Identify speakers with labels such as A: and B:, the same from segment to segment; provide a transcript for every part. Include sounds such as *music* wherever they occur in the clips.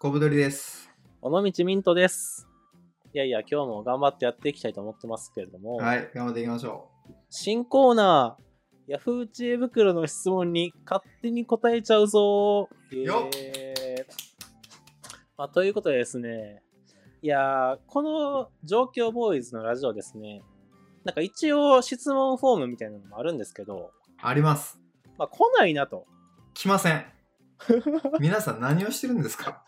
A: 小ぶどりです。
B: 尾道ミントです。いやいや、今日も頑張ってやっていきたいと思ってますけれども、
A: はい、頑張っていきましょ
B: 新コーナー、ヤフー知恵袋の質問に勝手に答えちゃうぞー
A: よっ
B: えーまあ、ということでですね、いやー、この状況ボーイズのラジオですね、なんか一応質問フォームみたいなのもあるんですけど、
A: う。あります。
B: まあ、来ないなと。
A: 来ま
B: *laughs*
A: せん。皆さん何をしてるんですか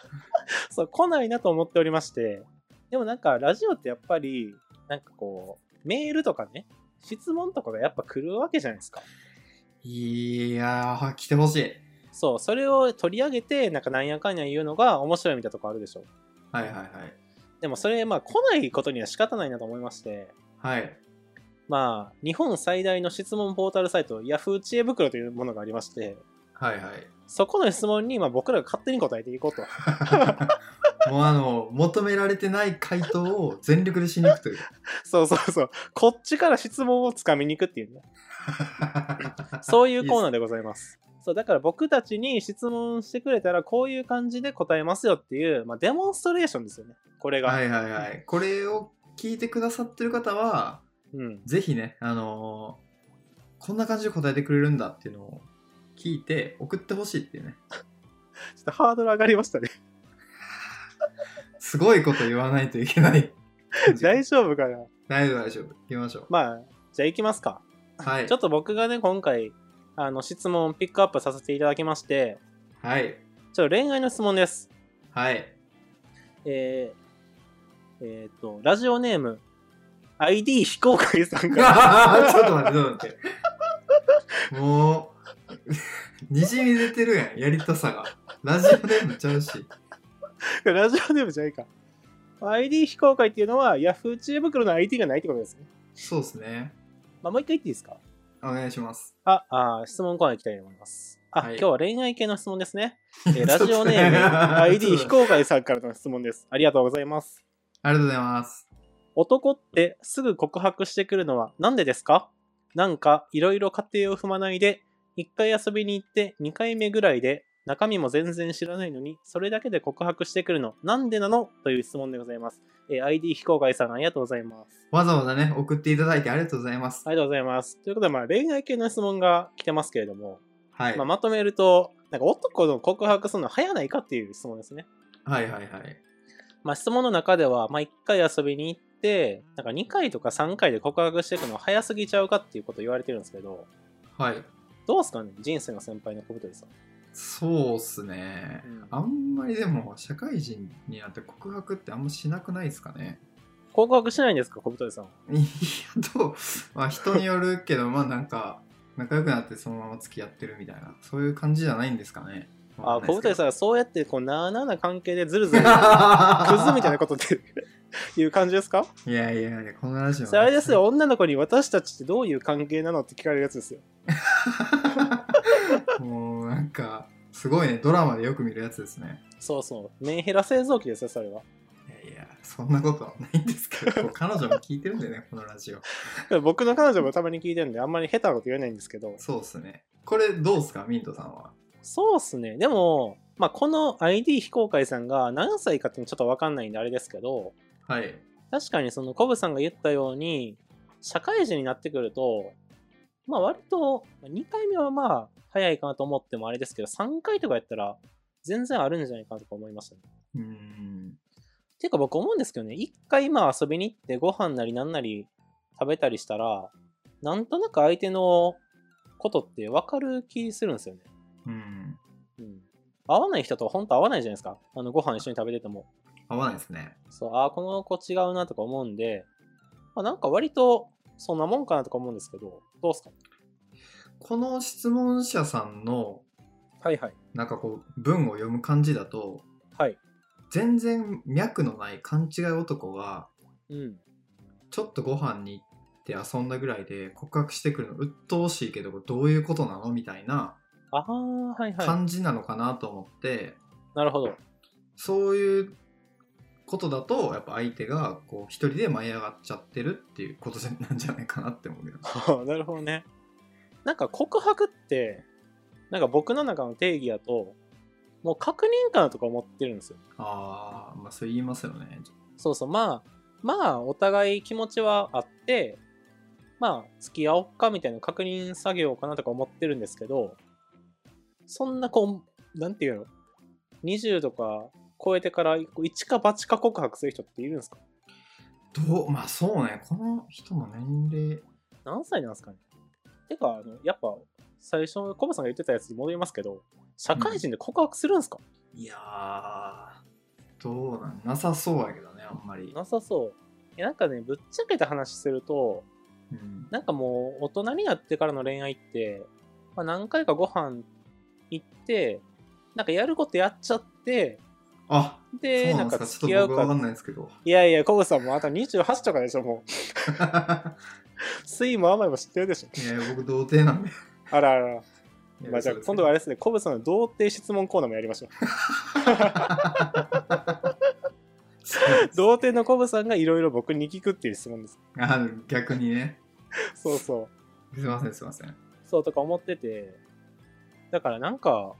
B: そう、来ないなと思っておりまして、でもなんかラジオってやっぱり、なんかこう、メールとかね、質問とかがやっぱ来るわけじゃないですか。
A: いやー、来てほしい。
B: そう、それを取り上げて、なんかなんやかんや言うのが面白いみたいなとこあるでしょ。
A: はいはいはい。
B: でもそれ、まあ来ないことには仕方ないなと思いまして、
A: はい。
B: まあ、日本最大の質問ポータルサイト、Yahoo 知恵袋というものがありまして、
A: はいはい。
B: そこの質問に、まあ僕らが勝手に答えていこうと。
A: もうあの、求められてない回答を全力でしに行くという。
B: そうそうそう。こっちから質問をつかみに行くっていうね。 *laughs* そういうコーナーでございます。そうだから僕たちに質問してくれたらこういう感じで答えますよっていう、まあ、デモンストレーションですよねこれ
A: *laughs*
B: が、
A: はいはいはい。これを聞いてくださってる方は、
B: うん、
A: ぜひね、あのーこんな感じで答えてくれるんだっていうのを聞いて送ってほしいっていうね。
B: ちょっとハードル上がりましたね
A: *laughs* すごいこと言わないといけ
B: *laughs*
A: ない。
B: 大丈夫かな
A: 大丈夫大丈夫。行きましょ
B: まあじゃあ行きますか、
A: う。はい
B: ちょ。っと僕がね今回あの質問をピックアップさせていただきまして
A: はい。
B: ちょっと恋愛の質問です
A: はい。 *laughs*
B: えー、えー、とラジオネーム ID 非公開さん
A: ち
B: か
A: ょ
B: ら
A: っと待って、ちょっと待って。もう、 *laughs* にじみ出てるやん、やりたさが。ラジオネームちゃうし。 *laughs*
B: ラジオネームじゃないか ID 非公開っていうのは Yahoo 知恵袋の ID がないってことですね
A: そうですね。
B: まあ、もう一回言っていいですか
A: お願いします。
B: あ、あー質問コーナー行きたいと思います。あ、
A: はい
B: 今日は恋愛系の質問です *laughs* ね。えーラジオネーム、ID 非公開さんからの質問です。ありがとうございます。
A: ありがとうございます。
B: 男ってすぐ告白してくるのはなんでですかなんかいろいろ過程を踏まないで、1回遊びに行って2回目ぐらいで、中身も全然知らないのに、それだけで告白してくるの、なんでなのという質問でございます。えー ID 非公開さん、ありがとうございます。
A: わざわざね、送っていただいてありがとうございます。
B: ありがとうございます。ということで、まあ、恋愛系の質問が来てますけれども、
A: はい。
B: まあ、まとめると、なんか男の告白するの早ないかっていう質問ですね。
A: はいはいはい。
B: まあ、質問の中では、まあ、1回遊びに行って、なんか2回とか3回で告白していくの早すぎちゃうかっていうこと言われてるんですけど、
A: はい。
B: どうですかね人生の先輩の小太りさん。
A: そうっすね
B: うん。
A: あんまりでも、社会人になって告白ってあんましなくないですかね。
B: 告白しないんですか小太りさんは。
A: いや、どうまあ人によるけど、まあなんか、仲良くなってそのまま付き合ってるみたいな、そういう感じじゃないんですかね。
B: あー、小太りさ
A: ん。
B: んはそうやって、こう、なあなあな関係でずる
A: *laughs*
B: ずる、クズみたいなことっていう感じですか
A: いやいやいや、このラジオ。
B: それあれですよ、。女の子に私たちってどういう関係なのって聞かれるやつですよ。
A: もうなんか、すごいね、ドラマでよく見るやつですね。
B: そうそう、メンヘラ製造機ですよ、それは。
A: いやいや、そんなことはないんですけ
B: *laughs*
A: ど、彼女も聞いてるんだよね、このラジオ。
B: 僕の彼女もたまに聞いてるんで、あんまり下手なこと言えないんですけど、
A: そうっすね。これどうっすか、ミントさんは。
B: そうっすね。でも、まあ、この ID 非公開さんが何歳かっていうのちょっとわかんないんであれですけど、
A: はい。
B: 確かにそのコブさんが言ったように、社会人になってくると、まあ割と2回目はまあ早いかなと思ってもあれですけど、3回とかやったら全然あるんじゃないかなとか思いましたね。
A: うーん。
B: ていうか僕思うんですけどね、1回まあ遊びに行ってご飯なりなんなり食べたりしたら、なんとなく相手のことってわかる気するんですよね。
A: うん。
B: うん、合わない人と本当合わないじゃないですかあのご飯一緒に食べてても
A: 合わないですね。
B: そうああこの子違うなとか思うんで、まあ、なんか割とそんなもんかなとか思うんですけどどうですか
A: この質問者さんの、
B: はいはい
A: なんかこう、文を読む感じだと、
B: はい
A: 全然脈のない勘違い男が、
B: うん
A: ちょっとご飯に行って遊んだぐらいで告白してくるの鬱陶しいけどこれどういうことなのみたいな
B: ああはいはい
A: 感じなのかなと思って、
B: なるほど
A: そういうことだとやっぱ相手がこう一人で舞い上がっちゃってるっていうことじゃなんじゃないかなって思う
B: *laughs*
A: けど
B: なるほどねなんか告白ってなんか僕の中の定義だともう確認かなとか思ってるんですよ。
A: ああ、まあそう言いますよね。
B: そうそう、まあ、まあ、お互い気持ちはあって、まあ、付き合おっかみたいな確認作業かなとか思ってるんですけど、そんなこう、なんていうの ?20 とか超えてから1か8か告白する人っているんですか
A: どう、まあそうね。この人の年齢。
B: 何歳なんですかねてか、あの、やっぱ、最初のコバさんが言ってたやつに戻りますけど、社会人で告白するんですか、
A: いやー、どうなんなさそうやけどね、あんまり。
B: なさそう。いやなんかね、ぶっちゃけた話すると、
A: うん。
B: なんかもう大人になってからの恋愛って、まあ、何回かご飯行って、なんかやることやっちゃって、
A: あ、
B: で、
A: そうな
B: な
A: ん
B: ん
A: で
B: か
A: すか。
B: 付
A: ち
B: き
A: ょ
B: 合
A: っと
B: う
A: 僕はわか
B: か。
A: んないですけど。
B: いやいや、コブさんもあと28とかでし
A: *laughs*
B: ょ、もう。酸いも甘いも知ってるでしょ。
A: いや、僕童貞なんで。
B: あらあら。
A: いや
B: *laughs* まあ、じゃあ
A: そうです
B: 今度はあれですね、コブさんの童貞質問コーナーもやりましょう。 *laughs*
A: そうです
B: 童貞のコブさんがいろいろ僕に聞くっていう質問です。
A: あ逆にね。
B: そうそう。
A: すいません、すいません。
B: そうとか思ってて、だからなんか、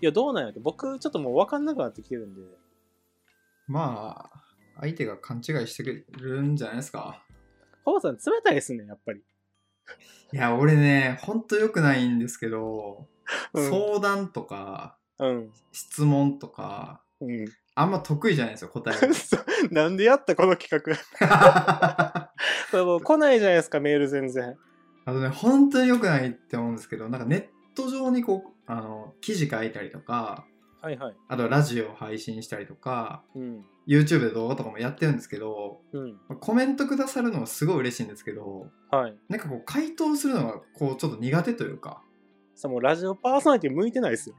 B: いや、どうなんやって、僕ちょっともう分かんなくなってきてるんで、
A: まあ、相手が勘違いしてくるんじゃないですか。
B: コブさん冷たいですね、やっぱり。
A: いや、俺ね、ほんと良くないんですけど、
B: うん
A: 相談とか、
B: うん。
A: 質問とか、
B: うん。 *laughs*
A: あんま得意じゃないんですよ、答えが。
B: そうなんでやったこの企画。 *laughs* これもう来ないじゃないですか、メール全然。
A: あとね、本当に良くないって思うんですけど、なんかネット上にこう、あの、記事書いたりとか、
B: はいはい。
A: あとはラジオを配信したりとか、
B: うん。
A: YouTube で動画とかもやってるんですけど、
B: うん。
A: コメントくださるのもすごい嬉しいんですけど、
B: はい。
A: なんかこう、回答するのが、こう、ちょっと苦手というか、
B: さ、もうラジオパーソナリティ向いてないですよ。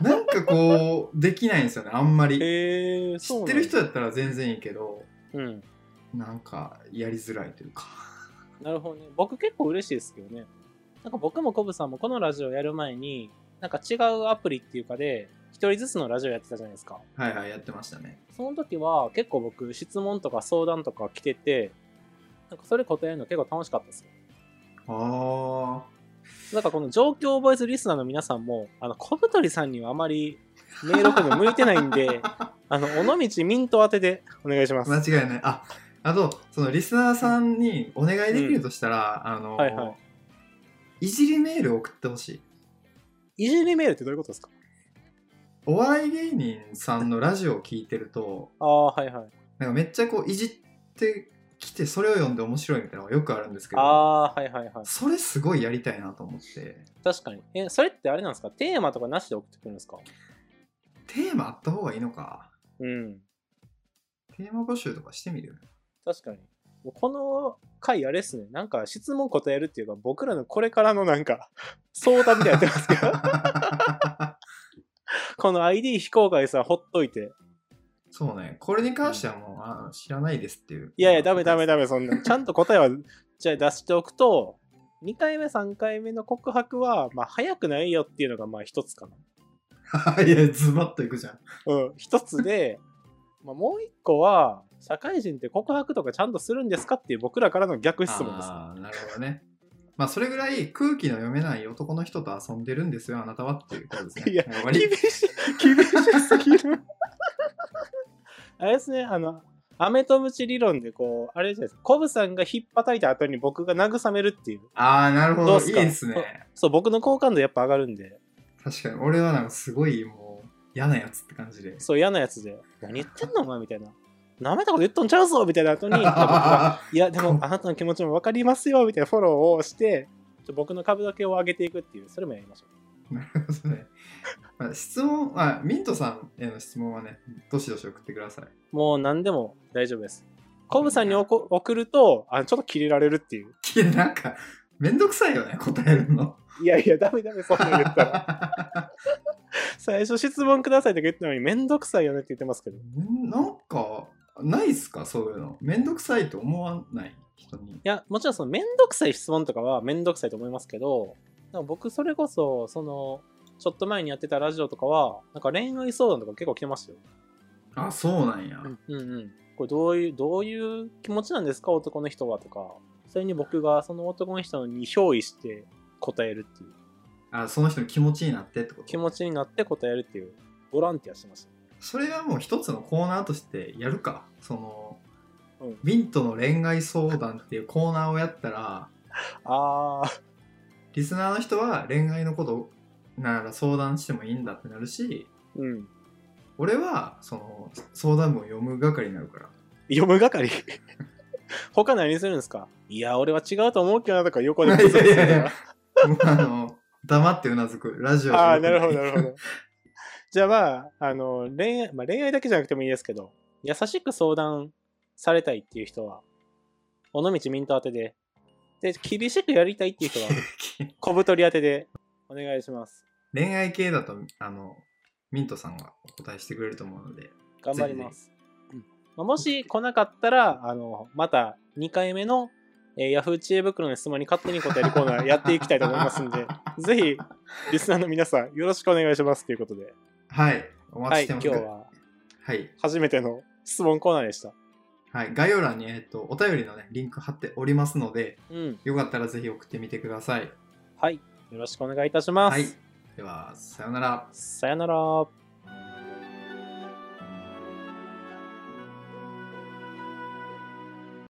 A: なんかこう、できないんですよね、あんまり。
B: へえー、
A: 知
B: そ
A: っ
B: うなん
A: て
B: や
A: る人だったら全然いいけど、
B: うん。
A: なんか、やりづらいというか。
B: なるほどね。僕結構嬉しいですけどね。なんか僕もコブさんもこのラジオやる前に、なんか違うアプリっていうかで、一人ずつのラジオやってたじゃないですか。
A: はいはい、やってましたね。
B: その時は結構僕質問とか相談とか来てて、なんかそれ答えるの結構楽しかったですよ。
A: あ
B: なんかこの状況ボイスリスナーの皆さんも、あの、小太りさんにはあまりメール送るの向いてないんで、あの、尾道ミント当てでお願いします。
A: 間違いない。あ、あと、そのリスナーさんにお願いできるとしたら、あの、
B: はい
A: い
B: はい
A: じりメール送ってほしい。
B: いじりメールってどういうことですか
A: お笑い芸人さんのラジオを聞いてると、
B: ああ、はいはい。
A: なんかめっちゃこう、いじってきて、それを読んで面白いみたいなのがよくあるんですけ
B: あ
A: ど、
B: あ、はいはいはい。
A: それすごいやりたいなと思って、
B: 確かに。え、それってあれなんですかテーマとかなしで送ってくるんですか
A: テーマあった方がいいのか。
B: うん。
A: テーマ募集とかしてみる
B: 確かに。もうこの回あれですね。なんか質問答えるっていうか、僕らのこれからのなん *laughs* か、相談みたいになってますけど、 *laughs* この ID 非公開さ、ほっといて。
A: そうね、これに関してはもう、あ知らないですっていう。
B: いやいや、ダメダメダメ、そんな。ちゃんと答えは、じゃあ出しておくと、2回目、3回目の告白は、まあ、早くないよっていうのが、まあ、一つか
A: *laughs*
B: な。
A: いや、ズバッといくじゃん。
B: うん、一つ *laughs* で、まあ、もう一個は、社会人って告白とかちゃんとするんですかっていう僕らからの逆 *laughs* 質問です。
A: あーなるほどね。まあ、それぐらい空気の読めない男の人と遊んでるんですよ、あなたはっていうことですね。
B: いや
A: もう終わり
B: 厳しい、 *laughs* 厳しすぎる。あれですね、あの、アメとムチ理論でこう、あれじゃないですか、コブさんが引っ叩いた後に僕が慰めるっていう、
A: ああ、なるほ
B: どう
A: ど。
B: っす
A: いい
B: か
A: ですね。
B: そう、僕の好感度やっぱ上がるんで、
A: 確かに、俺はなんかすごいもう嫌なやつって感じ
B: *laughs*
A: で。
B: そう嫌なやつで、何言ってんのお前みたいな。舐めたこと言っとんちゃうぞみたいな *laughs* 後に、いや僕が
A: あ
B: いや、でもあなたの気持ちも分かりますよみたいなフォローをして、ちょ僕の株だけを上げていくっていう、それもやりましょ
A: ー
B: う。
A: なるほどね。まあ、質問、あ、ミントさんへの質問はね、どしどし送ってください。
B: もう何でも大丈夫です。コブさんにおこ送ると、あちょっとキレられるっていう。
A: いや、なんか、めんどくさいよね、答えるの。
B: いやいや、ダメダメ、そんなん言ったら。 *laughs* 最初質問くださいとか言ったのにめんどくさいよねって言ってますけどい
A: んなんか、ないっすか、そういうの。めんどくさいと思わない人に。
B: やもちろんそのめんどくさい質問とかはめんどくさいと思いますけどなんか僕それこそそのちょっと前にやってたラジオとかはなんか恋愛相談とか結構来てましたよ、
A: あ、そうなんや。
B: うんうんこれどういうどういう気持ちなんですか男の人はとかそれに僕がその男の人に憑依して答えるっていう
A: あその人の気持ちになってってこと
B: 気持ちになって答えるっていうボランティアしてました
A: それはもう一つのコーナーとしてやるかその、
B: うん
A: ビンとの恋愛相談っていうコーナーをやったら
B: ああ
A: リスナーの人は恋愛のことなら相談してもいいんだってなるし
B: うん
A: 俺はその相談文を読む係になるから *laughs*
B: 読む係 *laughs* 他何するんですかいや俺は違うと思うけどなとか横で
A: いやいやいやもうあの黙ってうなずくラジオで
B: ああーなるほどなるほど *laughs* じゃあまああの恋愛、まあ、恋愛だけじゃなくてもいいですけど優しく相談されたいっていう人は尾道ミント当てでで厳しくやりたいってい
A: *laughs*
B: う人は小太り当てでお願いします
A: 恋愛系だとあのミントさんがお答えしてくれると思うので
B: 頑張ります、うんまあもし来なかったらあのまた2回目の、えー、ヤフー知恵袋の質問に勝手に答えるコーナー *laughs* やっていきたいと思いますんでぜひリスナーの皆さんよろしくお願いしますということで
A: はいお待
B: は
A: ちして
B: い今
A: ます
B: 日は
A: はい
B: 初めての質問コーナーでした
A: はい、概要欄に、えっとお便りの、ね、リンク貼っておりますので、
B: うん
A: よかったらぜひ送ってみてください。
B: はい。よろしくお願いいたします。
A: はい、では、さようなら。
B: さよなら。